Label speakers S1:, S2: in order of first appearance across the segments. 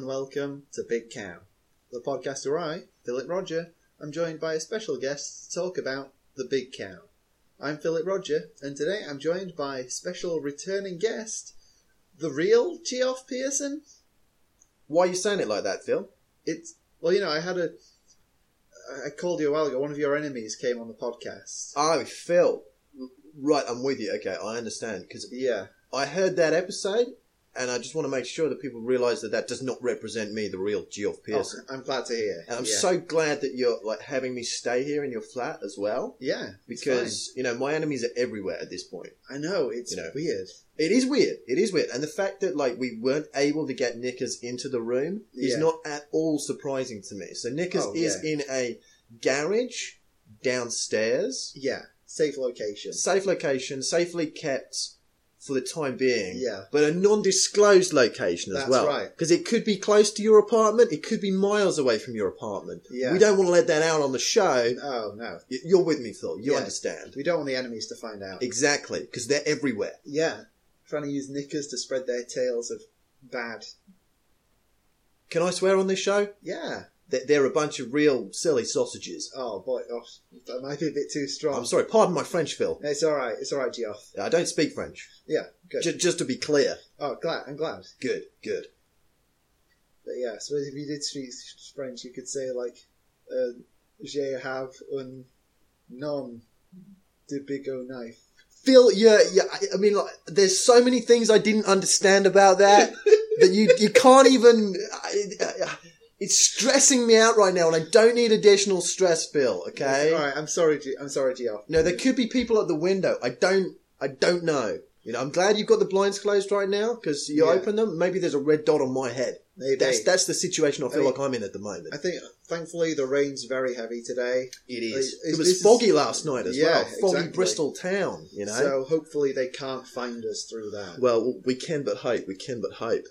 S1: welcome to Big Cow, the podcast where I, Philip Roger, am joined by a special guest to talk about the Big Cow. I'm Philip Roger, and today I'm joined by special returning guest, the real Geoff Pearson.
S2: Why you saying it like that, Phil?
S1: It's well, you know, I had a, I called you a while ago. One of your enemies came on the podcast.
S2: Oh, Phil. Right, I'm with you. Okay, I understand. Because
S1: Yeah, Oh,
S2: I heard that episode, and I just want to make sure that people realise that that does not represent me, the real Geoff Pearson.
S1: Oh, I'm glad to hear.
S2: And I'm
S1: yeah.
S2: so glad that you're like having me stay here in your flat as well,
S1: yeah, it's
S2: because you know my enemies are everywhere at this point.
S1: fine. I know it's
S2: You know.
S1: weird.
S2: It is weird. It is weird, and the fact that like we weren't able to get Nickers into the room is
S1: Yeah.
S2: not at all surprising to me. So Nickers
S1: Oh,
S2: is in a garage downstairs,
S1: Yeah, safe location.
S2: safe location, safely kept for the time being.
S1: Yeah.
S2: but a non-disclosed location as
S1: That's
S2: well.
S1: right.
S2: because it could be close to your apartment. It could be miles away from your apartment.
S1: Yeah.
S2: we don't want to let that out on the show.
S1: Oh no,
S2: Y- You're with me, Phil. You
S1: Yeah.
S2: understand
S1: we don't want the enemies to find out.
S2: exactly because they're everywhere.
S1: Yeah, trying to use knickers to spread their tales of bad.
S2: Can I swear on this show?
S1: Yeah.
S2: They're, they're a bunch of real silly sausages.
S1: Oh boy, oh, that might be a bit too strong.
S2: I'm sorry, pardon my French, Phil.
S1: It's all right. It's all right, Geoff.
S2: I don't speak French.
S1: Yeah, good.
S2: J- just to be clear.
S1: oh, glad. I'm glad.
S2: Good, good.
S1: But yeah, so if you did speak French, you could say like, uh, "Je have un nom de bigot knife."
S2: Phil, yeah, yeah. I- I mean, like, there's so many things I didn't understand about that that you you can't even. I, I, it's stressing me out right now, and I don't need additional stress, Phil. Okay.
S1: All right. I'm sorry. G- I'm sorry, Geoff.
S2: No, there could be people at the window. I don't. I don't know. You know, I'm glad you've got the blinds closed right now because you
S1: Yeah.
S2: open them. Maybe there's a red dot on my head.
S1: Maybe.
S2: That's that's the situation I feel
S1: Hey.
S2: like I'm in at the moment.
S1: I think. Thankfully, the rain's very heavy today,
S2: It is.
S1: Hey,
S2: It
S1: this
S2: was
S1: is-
S2: foggy last night as
S1: Yeah,
S2: well. Foggy
S1: exactly.
S2: Bristol town, you know.
S1: so hopefully they can't find us through that.
S2: well, we can but hope. We can but hope.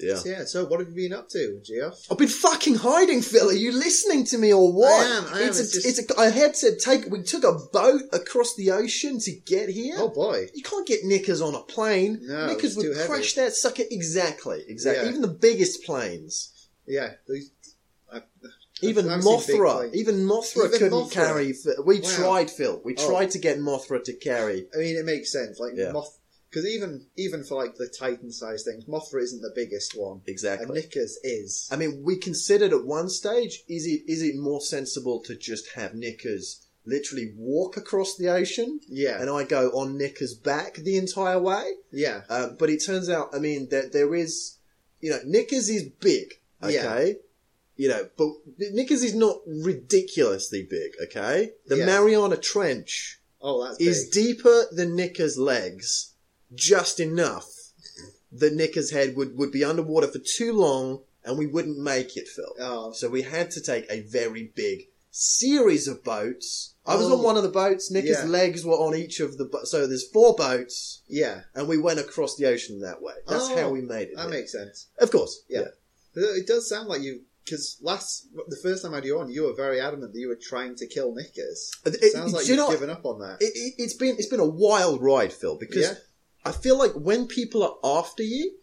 S2: Yeah.
S1: So, yeah. So what have you been up to, Geoff?
S2: I've been fucking hiding, Phil. Are you listening to me or what?
S1: I am, I am,
S2: It's,
S1: it's
S2: a,
S1: just-
S2: it's a, I had to take. We took a boat across the ocean to get here.
S1: Oh boy.
S2: You can't get knickers on a plane.
S1: No,
S2: knickers
S1: it's
S2: would
S1: too heavy.
S2: crash that sucker. Exactly. Exactly.
S1: Yeah.
S2: Even the biggest planes.
S1: Yeah. these- I-
S2: Even
S1: I've seen big
S2: Mothra,
S1: planes.
S2: even Mothra
S1: Even
S2: couldn't
S1: Mothra.
S2: carry. We
S1: Wow.
S2: tried, Phil. We
S1: Oh.
S2: tried to get Mothra to carry.
S1: I mean, it makes sense. Like
S2: Yeah.
S1: moth, because even even for like the Titan-sized things, Mothra isn't the biggest one,
S2: Exactly.
S1: and Knickers is.
S2: I mean, we considered at one stage: is it is it more sensible to just have knickers literally walk across the ocean,
S1: Yeah,
S2: and I go on knickers back the entire way?
S1: yeah,
S2: Uh, but it turns out, I mean, that there is, you know, knickers is big, okay. You know, but Knickers is not ridiculously big, okay? The
S1: Yeah.
S2: Mariana Trench
S1: Oh, that's
S2: is
S1: big.
S2: deeper than Knickers' legs, just enough that Knickers' head would, would be underwater for too long and we wouldn't make it, Phil.
S1: Oh,
S2: So we had to take a very big series of boats. I was
S1: Oh.
S2: on one of the boats. Nick's
S1: Yeah.
S2: legs were on each of the bo- so there's four boats,
S1: yeah,
S2: and we went across the ocean that way. That's
S1: Oh,
S2: how we made it.
S1: that makes sense.
S2: of course,
S1: Yeah.
S2: yeah.
S1: It does sound like you. Because last, the first time I had you on, you were very adamant that you were trying to kill Knickers.
S2: It-
S1: It
S2: it-
S1: sounds
S2: do
S1: like
S2: you
S1: you've
S2: know-
S1: given up on that.
S2: It, it, it's been it's been a wild ride, Phil, because
S1: Yeah.
S2: I feel like when people are after you,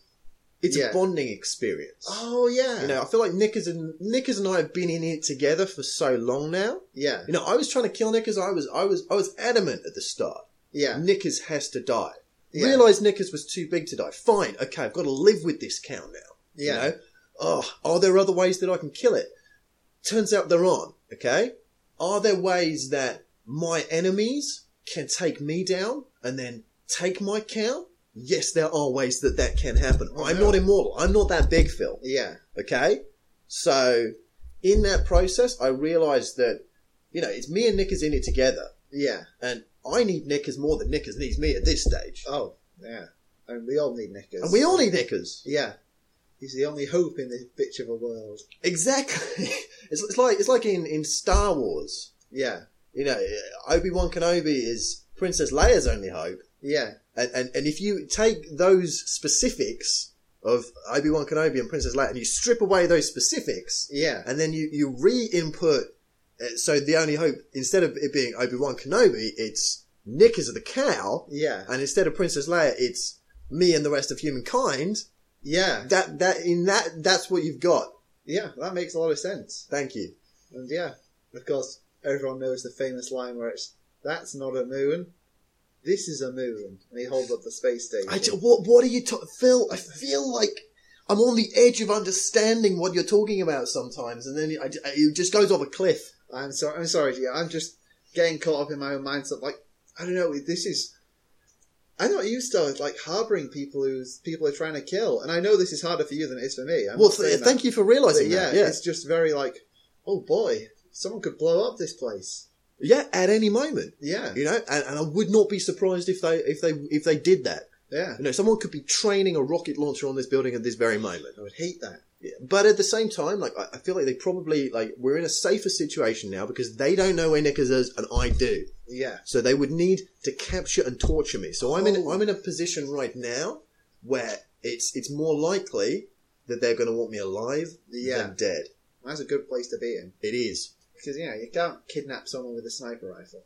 S2: it's
S1: Yeah.
S2: a bonding experience.
S1: Oh yeah,
S2: You know, I feel like Nickers and Nickers and I have been in it together for so long now.
S1: yeah,
S2: You know, I was trying to kill Nickers. I was I was I was adamant at the start.
S1: yeah,
S2: Nickers has to die.
S1: yeah,
S2: Realised Nickers was too big to die. Fine, okay, I've got to live with this cow now.
S1: yeah.
S2: You know? Oh, are there other ways that I can kill it? Turns out there aren't, okay? Are there ways that my enemies can take me down and then take my cow? Yes, there are ways that that can happen.
S1: Oh,
S2: I'm
S1: no.
S2: not immortal. I'm not that big, Phil.
S1: yeah,
S2: Okay? So, in that process, I realised that, you know, it's me and Nickers in it together.
S1: yeah.
S2: And I need knickers more than knickers needs me at this stage.
S1: Oh yeah, I mean, we all need Knickers,
S2: And we all need knickers.
S1: Yeah, he's the only hope in this bitch of a world.
S2: Exactly. It's, it's like it's like in, in Star Wars.
S1: Yeah,
S2: You know, Obi Wan Kenobi is Princess Leia's only hope.
S1: yeah,
S2: And, and and if you take those specifics of Obi Wan Kenobi and Princess Leia, and you strip away those specifics,
S1: yeah,
S2: and then you you re-input. uh, So the only hope, instead of it being Obi Wan Kenobi, it's knickers of the cow,
S1: yeah,
S2: and instead of Princess Leia, it's me and the rest of humankind.
S1: yeah.
S2: that that in that that's what you've got.
S1: Yeah, that makes a lot of sense.
S2: Thank you.
S1: And yeah, of course, everyone knows the famous line where it's, that's not a moon, this is a moon. And he holds up the space station.
S2: I, ju- what What are you talking, Phil? I feel like I'm on the edge of understanding what you're talking about sometimes, and then I, I- it just goes off a cliff.
S1: I'm sorry. I'm sorry. Yeah, I'm just getting caught up in my own mindset. Like, I don't know. This is. I'm not used to like harboring people who's people are trying to kill, and I know this is harder for you than it is for me. I'm
S2: well,
S1: not
S2: th-
S1: saying that.
S2: thank you for realizing
S1: But yeah,
S2: that. Yeah,
S1: it's just very like, oh boy, someone could blow up this place.
S2: yeah, at any moment,
S1: Yeah,
S2: you know, and, and I would not be surprised if they if they if they did that.
S1: yeah.
S2: You know, someone could be training a rocket launcher on this building at this very moment.
S1: I would hate that.
S2: But at the same time, like I, I feel like they probably like we're in a safer situation now because they don't know where Nickers is and I do.
S1: Yeah,
S2: So they would need to capture and torture me. So I'm in
S1: Oh.
S2: I'm in a position right now where it's it's more likely that they're going to want me alive
S1: yeah.
S2: than dead.
S1: That's a good place to be in
S2: It is.
S1: because yeah, you can't kidnap someone with a sniper rifle.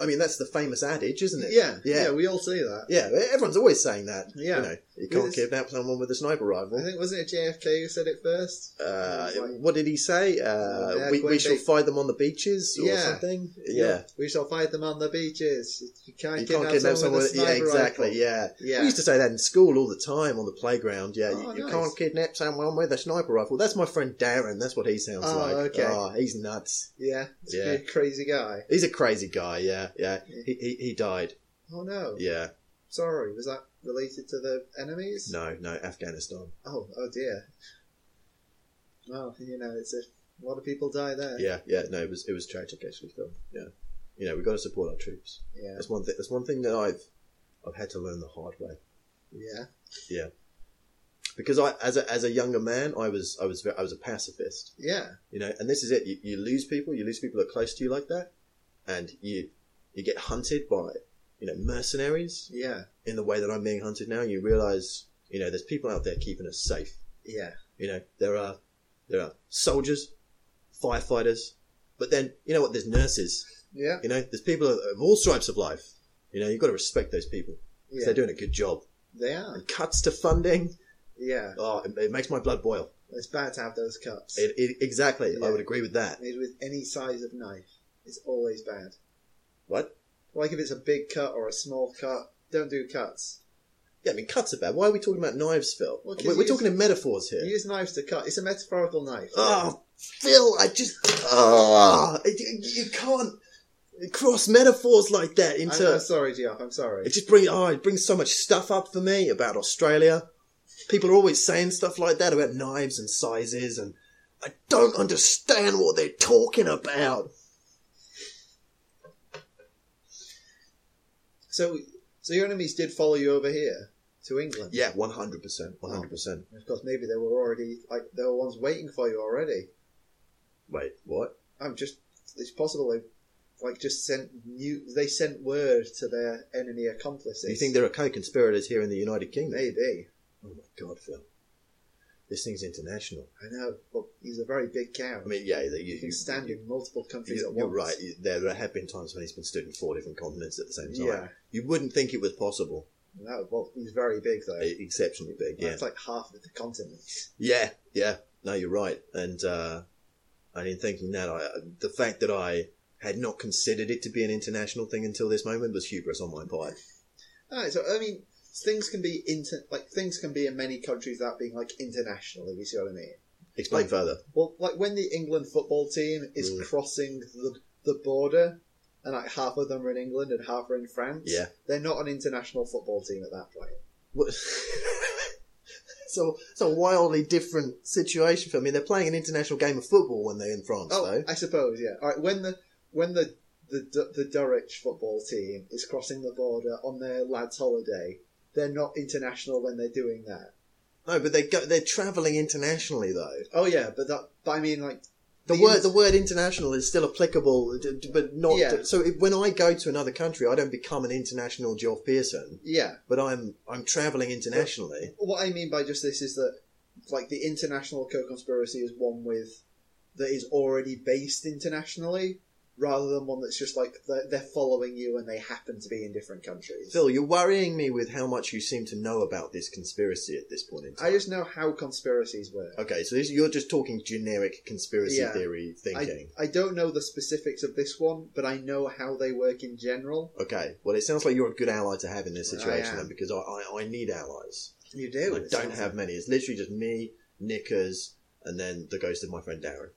S2: I mean, that's the famous adage, isn't it?
S1: Yeah, yeah.
S2: yeah,
S1: we all say that.
S2: yeah. Everyone's always saying that.
S1: Yeah.
S2: you know, you can't
S1: It's-
S2: kidnap someone with a sniper rifle.
S1: I think wasn't it JFK who said it first?
S2: uh,
S1: Like-
S2: what did he say? Uh,
S1: Yeah,
S2: we we
S1: when
S2: shall
S1: they-
S2: find them on the beaches or
S1: Yeah.
S2: something. Yeah.
S1: We shall fight them on the beaches. You can't,
S2: You can't
S1: kidnap,
S2: kidnap
S1: someone
S2: someone.
S1: with a
S2: Yeah,
S1: sniper
S2: exactly.
S1: rifle.
S2: Yeah.
S1: Yeah.
S2: We used to say that in school all the time on the playground. Yeah,
S1: Oh,
S2: you, you
S1: nice.
S2: can't kidnap someone with a sniper rifle. That's my friend Darren. That's what he sounds
S1: Oh,
S2: like.
S1: okay.
S2: Oh, he's nuts.
S1: yeah. It's
S2: Yeah.
S1: a big crazy guy.
S2: He's a crazy guy. Yeah, yeah.
S1: Yeah.
S2: He, he he died.
S1: Oh no.
S2: Yeah.
S1: Sorry, was that related to the enemies?
S2: No, no. Afghanistan.
S1: Oh, oh dear. Well, you know, it's a, a lot of people die there.
S2: Yeah, yeah. No, it was it was tragic actually. Phil. Yeah. You know, we got to support our troops.
S1: Yeah.
S2: That's one thing. That's one thing that I've I've had to learn the hard way.
S1: Yeah.
S2: because I, as a, as a younger man, I was, I was, ve- I was a pacifist,
S1: Yeah.
S2: you know, and this is it. You, you lose people, you lose people that are close to you like that, and you, you get hunted by, you know, mercenaries
S1: Yeah.
S2: in the way that I'm being hunted now. You realize, you know, there's people out there keeping us safe.
S1: Yeah.
S2: You know, there are, there are soldiers, firefighters, but then, you know what, there's nurses,
S1: Yeah.
S2: you know, there's people of, of all stripes of life. You know, you've got to respect those people. 'cause
S1: Yeah.
S2: They're doing a good job.
S1: They are.
S2: Cuts to funding.
S1: Yeah.
S2: Oh, it, it makes my blood boil.
S1: It's bad to have those cuts.
S2: It, it, exactly. I
S1: Yeah.
S2: would agree with that.
S1: Made with any size of knife. It's always bad.
S2: What?
S1: Like if it's a big cut or a small cut, don't do cuts.
S2: Yeah, I mean, cuts are bad. Why are we talking about knives, Phil?
S1: Well, 'cause
S2: we're
S1: you
S2: we're
S1: use-
S2: talking in metaphors here.
S1: You use knives to cut. It's a metaphorical knife.
S2: Oh, Phil, I just. Oh, you, you can't cross metaphors like that
S1: I'm,
S2: into.
S1: I'm sorry, Geoff. I'm sorry.
S2: It just brings. Oh, it brings so much stuff up for me about Australia. People are always saying stuff like that about knives and sizes, and I don't understand what they're talking about.
S1: So, so your enemies did follow you over here to England.
S2: Yeah, 100%. 100%.
S1: And Of course, maybe they were already like there were ones waiting for you already.
S2: Wait, what?
S1: I'm just. It's possible they like just sent new. They sent word to their enemy accomplices.
S2: Do you think there are co conspirators here in the United Kingdom?
S1: maybe?
S2: Oh my god, Phil. This thing's international.
S1: I know. But he's a very big cow.
S2: I mean, yeah, you,
S1: he
S2: you,
S1: can stand in multiple countries
S2: you,
S1: at
S2: you're
S1: once.
S2: right. You- There have been times when he's been stood in four different continents at the same time.
S1: Yeah.
S2: You wouldn't think it was possible.
S1: No, well, he's very big though.
S2: E- Exceptionally big, yeah.
S1: That's like half of the continent.
S2: Yeah, yeah. No, you're right. And, uh, and in thinking that, I, the fact that I had not considered it to be an international thing until this moment was hubris on my part.
S1: Alright, so I mean, things can be inter- like things can be in many countries without being like international. If you see what I mean?
S2: Explain
S1: Like-
S2: further.
S1: Well, like when the England football team is
S2: Mm.
S1: crossing the the border, and like half of them are in England and half are in France.
S2: Yeah.
S1: they're not an international football team at that point.
S2: What? So it's a wildly different situation for me. They're playing an international game of football when they're in France,
S1: Oh,
S2: though.
S1: I suppose yeah. All right, when the when the the Du- the Dulwich football team is crossing the border on their lads' holiday, they're not international when they're doing that.
S2: No, but they go, they're traveling internationally though.
S1: Oh yeah, but that but I mean like
S2: The,
S1: The
S2: word
S1: ins-
S2: the word international is still applicable, d- d- but not.
S1: Yeah.
S2: So if, when I go to another country, I don't become an international Geoff Pearson,
S1: yeah.
S2: but I'm I'm traveling internationally.
S1: what I mean by just this is that like the international co-conspiracy is one with that is already based internationally, rather than one that's just like they're, they're following you and they happen to be in different countries.
S2: Phil, you're worrying me with how much you seem to know about this conspiracy at this point in time.
S1: I just know how conspiracies work.
S2: Okay, so this, you're just talking generic conspiracy
S1: Yeah.
S2: theory
S1: I,
S2: thinking.
S1: I don't know the specifics of this one, but I know how they work in general.
S2: Okay, well, it sounds like you're a good ally to have in this
S1: I
S2: situation
S1: am.
S2: then, because I, I, I need allies.
S1: You
S2: And
S1: do.
S2: I
S1: It
S2: don't
S1: sounds-
S2: have many. It's literally just me, Nickers, and then the ghost of my friend Darren.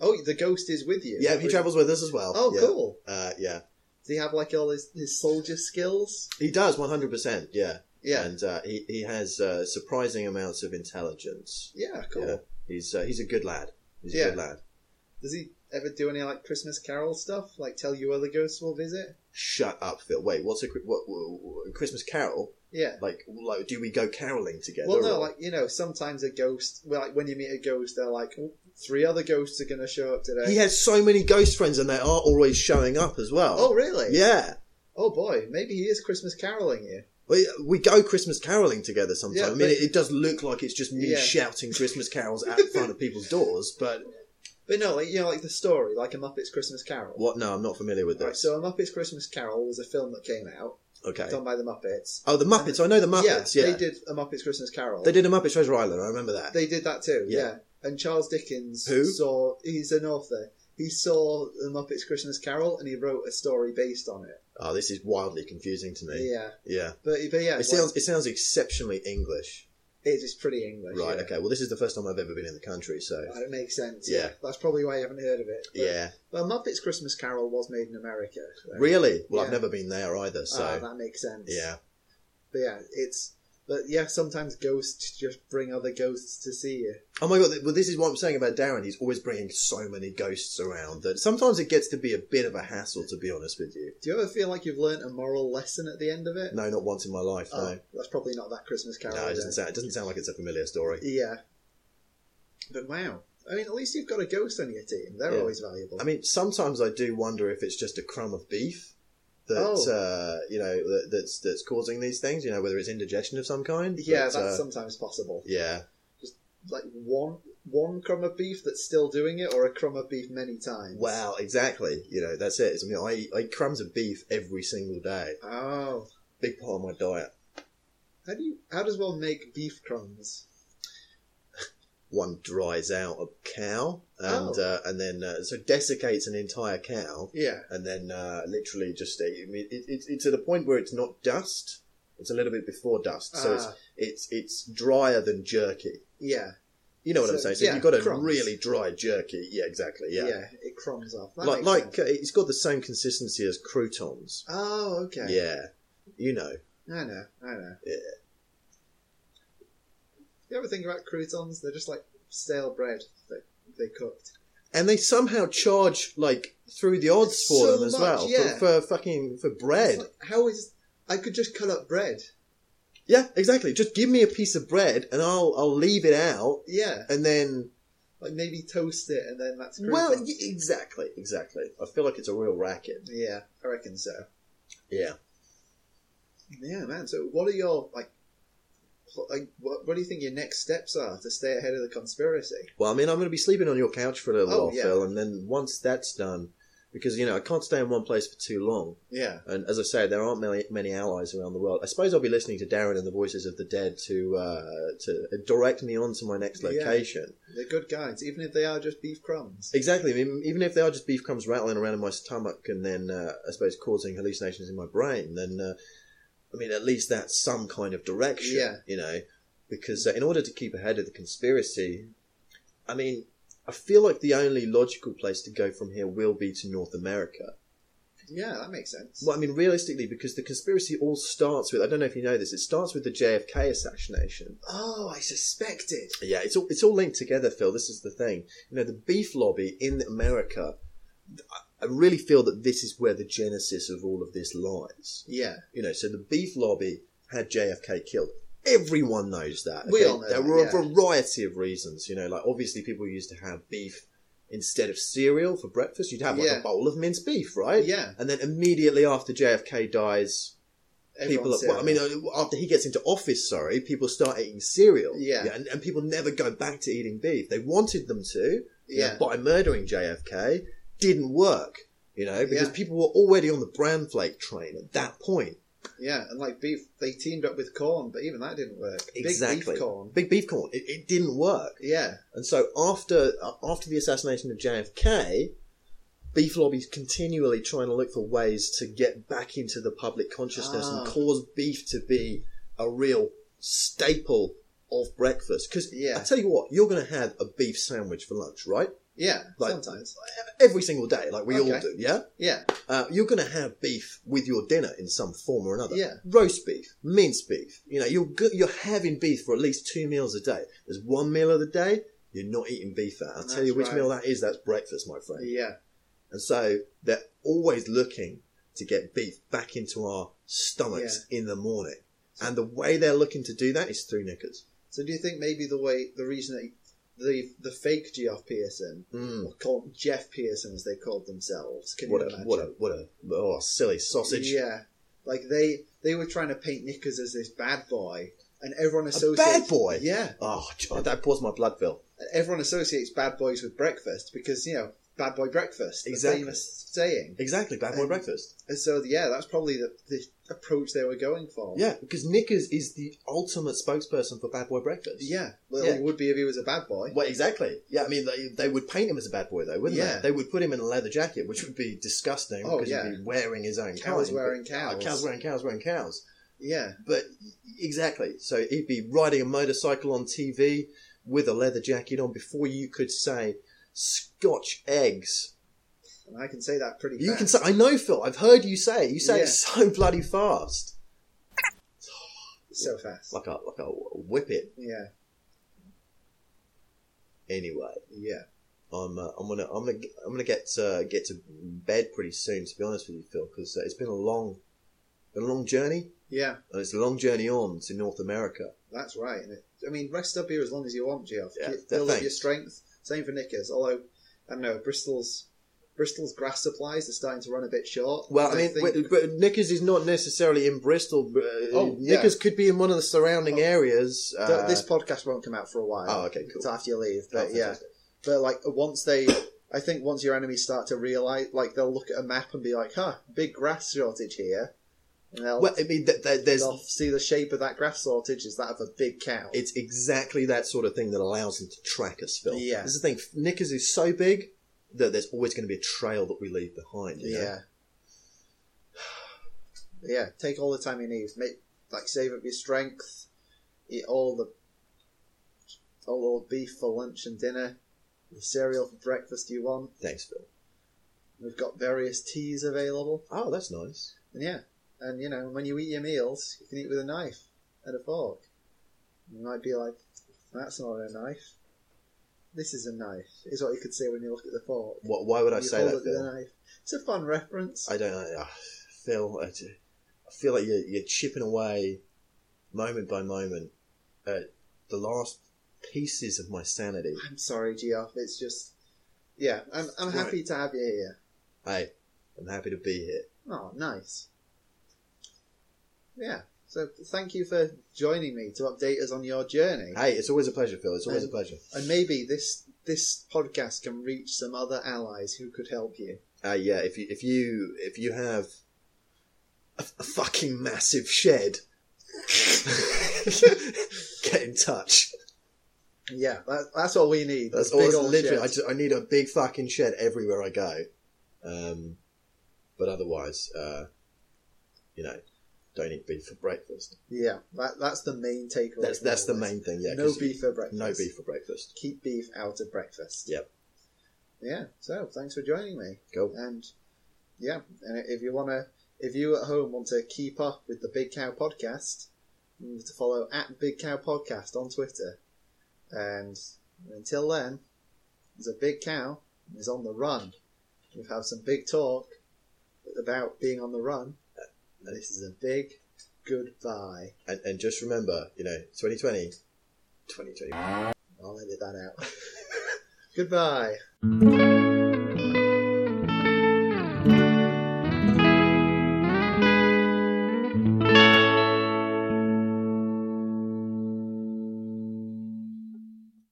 S1: Oh, the ghost is with you.
S2: Yeah, he
S1: With-
S2: travels with us as well.
S1: Oh,
S2: yeah.
S1: cool.
S2: Uh, yeah,
S1: Does he have like all his, his soldier skills?
S2: he does 100%. Yeah,
S1: Yeah.
S2: and uh, he he has uh, surprising amounts of intelligence.
S1: yeah, cool.
S2: Yeah. He's uh, he's a good lad. He's a
S1: Yeah.
S2: good lad.
S1: Does he ever do any like Christmas Carol stuff? Like tell you where the ghosts will visit?
S2: Shut up, Phil. Wait, what's a Chri- what, what, Christmas Carol?
S1: Yeah.
S2: Like, like, do we go caroling together?
S1: Well, no,
S2: or-
S1: like you know, sometimes a ghost. Well, like when you meet a ghost, they're like, "Oh, three other ghosts are going to show up today.
S2: he has so many ghost friends, and they are always showing up as well.
S1: Oh, really?
S2: yeah.
S1: Oh boy, maybe he is Christmas caroling you.
S2: We, we go Christmas caroling together sometimes.
S1: Yeah,
S2: I mean,
S1: but-
S2: it, it does look like it's just me
S1: Yeah.
S2: shouting Christmas carols out front of people's doors, but
S1: But no, like you know, like the story, like a Muppet's Christmas Carol.
S2: what? No, I'm not familiar with
S1: Right,
S2: this.
S1: so a Muppet's Christmas Carol was a film that came out
S2: Okay.
S1: done by the Muppets.
S2: Oh, the Muppets. I know the Muppets. Yeah,
S1: they did a Muppets Christmas Carol.
S2: They did a Muppet Treasure Island. I remember that.
S1: They did that too.
S2: Yeah.
S1: Yeah. And Charles Dickens
S2: Who?
S1: saw he's an author. He saw the Muppets Christmas Carol and he wrote a story based on it.
S2: oh, this is wildly confusing to me.
S1: Yeah,
S2: Yeah.
S1: but but yeah,
S2: It
S1: like,
S2: sounds it sounds exceptionally English.
S1: it is pretty English.
S2: Right.
S1: yeah.
S2: Okay. Well, this is the first time I've ever been in the country, so
S1: That it makes sense.
S2: Yeah.
S1: that's probably why you haven't heard of it. But-
S2: yeah.
S1: Well, Muppets Christmas Carol was made in America. so-
S2: Really? Well, I've
S1: Yeah.
S2: never been there either, so
S1: Ah, that makes sense.
S2: yeah.
S1: But yeah, it's but yeah, sometimes ghosts just bring other ghosts to see you.
S2: Oh my god! th- Well, this is what I'm saying about Darren. He's always bringing so many ghosts around that sometimes it gets to be a bit of a hassle. To be honest with you,
S1: Do you ever feel like you've learnt a moral lesson at the end of it?
S2: no, not once in my life.
S1: Oh,
S2: No,
S1: that's probably not that Christmas Carol.
S2: no, it
S1: then.
S2: doesn't sound. It doesn't sound like it's a familiar story.
S1: Yeah. But wow. I mean, at least you've got a ghost on your team. They're
S2: Yeah.
S1: always valuable.
S2: I mean, sometimes I do wonder if it's just a crumb of beef that
S1: Oh.
S2: uh, you know that, that's that's causing these things. You know, whether it's indigestion of some kind.
S1: yeah,
S2: but,
S1: that's
S2: uh,
S1: sometimes possible.
S2: yeah.
S1: Like one one crumb of beef that's still doing it, or a crumb of beef many times.
S2: Wow, exactly. You know, that's it. I mean, I eat- I eat crumbs of beef every single day.
S1: Oh,
S2: Big part of my diet.
S1: how do you? How does one make beef crumbs?
S2: One dries out a cow, and
S1: Oh.
S2: uh, and then uh, so desiccates an entire cow,
S1: Yeah.
S2: and then uh, literally just I mean, it, it, it's at a point where it's not dust. It's a little bit before dust, so
S1: Ah,
S2: it's it's it's drier than jerky.
S1: yeah,
S2: You know what
S1: So,
S2: I'm saying? So
S1: yeah,
S2: you've got a
S1: crumbs.
S2: really dry jerky. Yeah, exactly.
S1: yeah,
S2: Yeah,
S1: It crumbs off. That
S2: like
S1: makes
S2: like
S1: sense.
S2: uh, it's got the same consistency as croutons.
S1: Oh, okay.
S2: Yeah, you know.
S1: I know. I know.
S2: Yeah.
S1: You ever think about croutons? They're just like stale bread that they cooked.
S2: and they somehow charge like through the odds for
S1: So
S2: them as
S1: much,
S2: well for-
S1: yeah.
S2: for, fucking for bread.
S1: It's like, how is? I could just cut up bread.
S2: yeah, exactly. Just give me a piece of bread and I'll I'll leave it out
S1: Yeah.
S2: and then
S1: Like maybe toast it and then that's great.
S2: well y- exactly exactly. I feel like it's a real racket.
S1: yeah, I reckon so.
S2: Yeah.
S1: Yeah, man. So what are your like? pl- Like, what, what do you think your next steps are to stay ahead of the conspiracy?
S2: Well, I mean, I'm going to be sleeping on your couch for a little
S1: Oh,
S2: while,
S1: yeah.
S2: Phil, and then once that's done, because you know I can't stay in one place for too long.
S1: Yeah,
S2: And as I say, there aren't many many allies around the world. I suppose I'll be listening to Darren and the Voices of the Dead to uh, to direct me on to my next
S1: Yeah.
S2: location.
S1: they're good guides, even if they are just beef crumbs.
S2: Exactly. I mean, even if they are just beef crumbs rattling around in my stomach and then, uh, I suppose, causing hallucinations in my brain, then, uh, I mean, at least that's some kind of direction,
S1: Yeah.
S2: you know? Because uh, in order to keep ahead of the conspiracy, I mean, I feel like the only logical place to go from here will be to North America.
S1: Yeah, that makes sense.
S2: Well, I mean, realistically, because the conspiracy all starts with, I don't know if you know this, it starts with the JFK assassination.
S1: Oh, I suspected.
S2: Yeah, it's all it's all linked together, Phil. This is the thing. You know, the beef lobby in America. I I really feel that this is where the genesis of all of this lies.
S1: Yeah,
S2: You know, so the beef lobby had JFK killed. Everyone knows that.
S1: We all know that,
S2: there were
S1: yeah.
S2: a variety of reasons. You know, like obviously people used to have beef instead of cereal for breakfast. You'd have like
S1: Yeah.
S2: a bowl of minced beef, right?
S1: yeah.
S2: And then immediately after JFK dies, people.
S1: everyone said
S2: well, I mean,
S1: that.
S2: uh, after he gets into office, sorry, people start eating cereal.
S1: Yeah.
S2: and, and people never go back to eating beef. They wanted them to. you know,
S1: yeah,
S2: by murdering JFK, didn't work. you know, because
S1: Yeah.
S2: people were already on the bran flake train at that point.
S1: Yeah, and like beef, they teamed up with corn, but even that didn't work. Big
S2: Exactly.
S1: beef corn.
S2: Big beef corn, it, it didn't work.
S1: Yeah,
S2: And so after uh, after the assassination of JFK, beef lobbies continually trying to look for ways to get back into the public consciousness and
S1: Ah.
S2: cause beef to be a real staple of breakfast. Because
S1: Yeah.
S2: I tell you what, you're going to have a beef sandwich for lunch, right?
S1: yeah.
S2: Like-
S1: sometimes.
S2: Every single day, like we all
S1: Okay.
S2: do, yeah.
S1: Yeah,
S2: Uh, you're going to have beef with your dinner in some form or another.
S1: Yeah.
S2: Roast beef, mince beef. You know, you're go- you're having beef for at least two meals a day. There's one meal of the day you're not eating beef at. I'll tell
S1: That's
S2: you which
S1: right.
S2: meal that is. That's breakfast, my friend.
S1: yeah.
S2: And so they're always looking to get beef back into our stomachs in the morning. And the way they're looking to do that is through knickers.
S1: So do you think maybe the way, the reason that the the fake Geoff Pearson,
S2: Mm.
S1: or called Jeff Pearson as they called themselves, can
S2: What
S1: you
S2: a
S1: imagine?
S2: what a what a oh silly sausage.
S1: Yeah, like they they were trying to paint Nickers as this bad boy, and everyone
S2: a
S1: associates
S2: bad boy.
S1: Yeah,
S2: Oh, God, that pours my blood, Bill.
S1: and everyone associates bad boys with breakfast because you know bad boy breakfast, the
S2: Exactly.
S1: famous saying.
S2: Exactly, bad boy
S1: And-
S2: breakfast.
S1: And so yeah, that's probably the, the approach they were going for.
S2: Yeah, because Nickers is the ultimate spokesperson for bad boy breakfast.
S1: yeah. Well,
S2: Yeah.
S1: he would be if he was a bad boy.
S2: Well, exactly. Yeah, I mean, they, they would paint him as a bad boy, though, wouldn't
S1: Yeah.
S2: they? They would put him in a leather jacket, which would be disgusting
S1: Oh,
S2: because
S1: yeah.
S2: he'd be wearing his own
S1: Cows
S2: kind,
S1: wearing
S2: but-
S1: cows.
S2: uh, cows wearing cows wearing cows.
S1: Yeah,
S2: But exactly. So he'd be riding a motorcycle on TV with a leather jacket on before you could say Scotch eggs.
S1: and I can say that pretty.
S2: You
S1: fast.
S2: can say, I know, Phil. I've heard you say it. You say
S1: Yeah.
S2: it so bloody fast,
S1: so fast.
S2: like a like a whip it.
S1: Yeah,
S2: Anyway.
S1: yeah.
S2: I'm uh, I'm gonna I'm gonna get- I'm gonna get uh, get to bed pretty soon. To be honest with you, Phil, because uh, it's been a long, been a long journey,
S1: Yeah,
S2: and it's a long journey on to North America.
S1: that's right. And it, I mean, rest up here as long as you want, Geoff.
S2: Yeah,
S1: Get- Build up
S2: thanks.
S1: your strength. Same for Knickers. Although, I don't know, Bristol's Bristol's grass supplies are starting to run a bit short.
S2: Well, I mean,
S1: think-
S2: but, but Knickers is not necessarily in Bristol. But, uh,
S1: Oh, yeah.
S2: Knickers could be in one of the surrounding
S1: Oh.
S2: areas. Uh,
S1: this podcast won't come out for a while.
S2: Oh, okay, cool.
S1: It's after you leave,
S2: oh,
S1: but yeah.
S2: fantastic.
S1: But like once they, I think once your enemies start to realize, like they'll look at a map and be like, "Huh, big grass shortage here," and they'll,
S2: Well, I mean, th- th- there's
S1: they'll see the shape of that grass shortage is that of a big cow.
S2: it's exactly that sort of thing that allows them to track us, Phil.
S1: Yeah.
S2: this is the thing. Knickers is so big that there's always going to be a trail that we leave behind. you know?
S1: yeah, yeah. Take all the time you need. Make like save up your strength. Eat all the all the old beef for lunch and dinner. The cereal for breakfast you want.
S2: Thanks, Phil.
S1: We've got various teas available.
S2: Oh, that's nice.
S1: And yeah, and you know, when you eat your meals, you can eat with a knife and a fork. You might be like, that's not a knife. This is a knife, is what you could say when you look at the fork.
S2: What, why would I
S1: you
S2: say that,
S1: it with
S2: Phil?
S1: a knife. It's a fun reference.
S2: I don't know. I feel, I ju- I feel like you're, you're chipping away moment by moment at the last pieces of my sanity.
S1: I'm sorry, Geoff, it's just. Yeah, I'm, I'm happy to have you here.
S2: Hey, I'm happy to be here.
S1: Oh, nice. Yeah, so thank you for joining me to update us on your journey.
S2: Hey, it's always a pleasure, Phil. It's always a
S1: Um,
S2: pleasure.
S1: And maybe this this podcast can reach some other allies who could help you.
S2: Uh, yeah, if you if you if you have a, a fucking massive shed, get in touch.
S1: Yeah, that, that's all we need.
S2: That's
S1: That's
S2: all.
S1: big
S2: it's
S1: old
S2: Literally,
S1: shed.
S2: I, just, I need a big fucking shed everywhere I go. Um, but otherwise, uh, you know, don't eat beef for breakfast.
S1: Yeah, that, that's the main takeaway.
S2: That's
S1: from
S2: that's
S1: all
S2: the
S1: this.
S2: main thing. Yeah,
S1: no
S2: 'cause
S1: beef for breakfast.
S2: No beef for breakfast.
S1: Keep beef out of breakfast.
S2: Yep.
S1: Yeah. So thanks for joining me.
S2: Cool.
S1: And yeah, and if you wanna, if you at home want to keep up with the Big Cow Podcast, remember to follow at Big Cow Podcast on Twitter. And until then, there's a big cow and is on the run. We've had some big talk about being on the run. And this is a big goodbye.
S2: And, and just remember, you know, 2020, 2020.
S1: I'll edit that out. goodbye.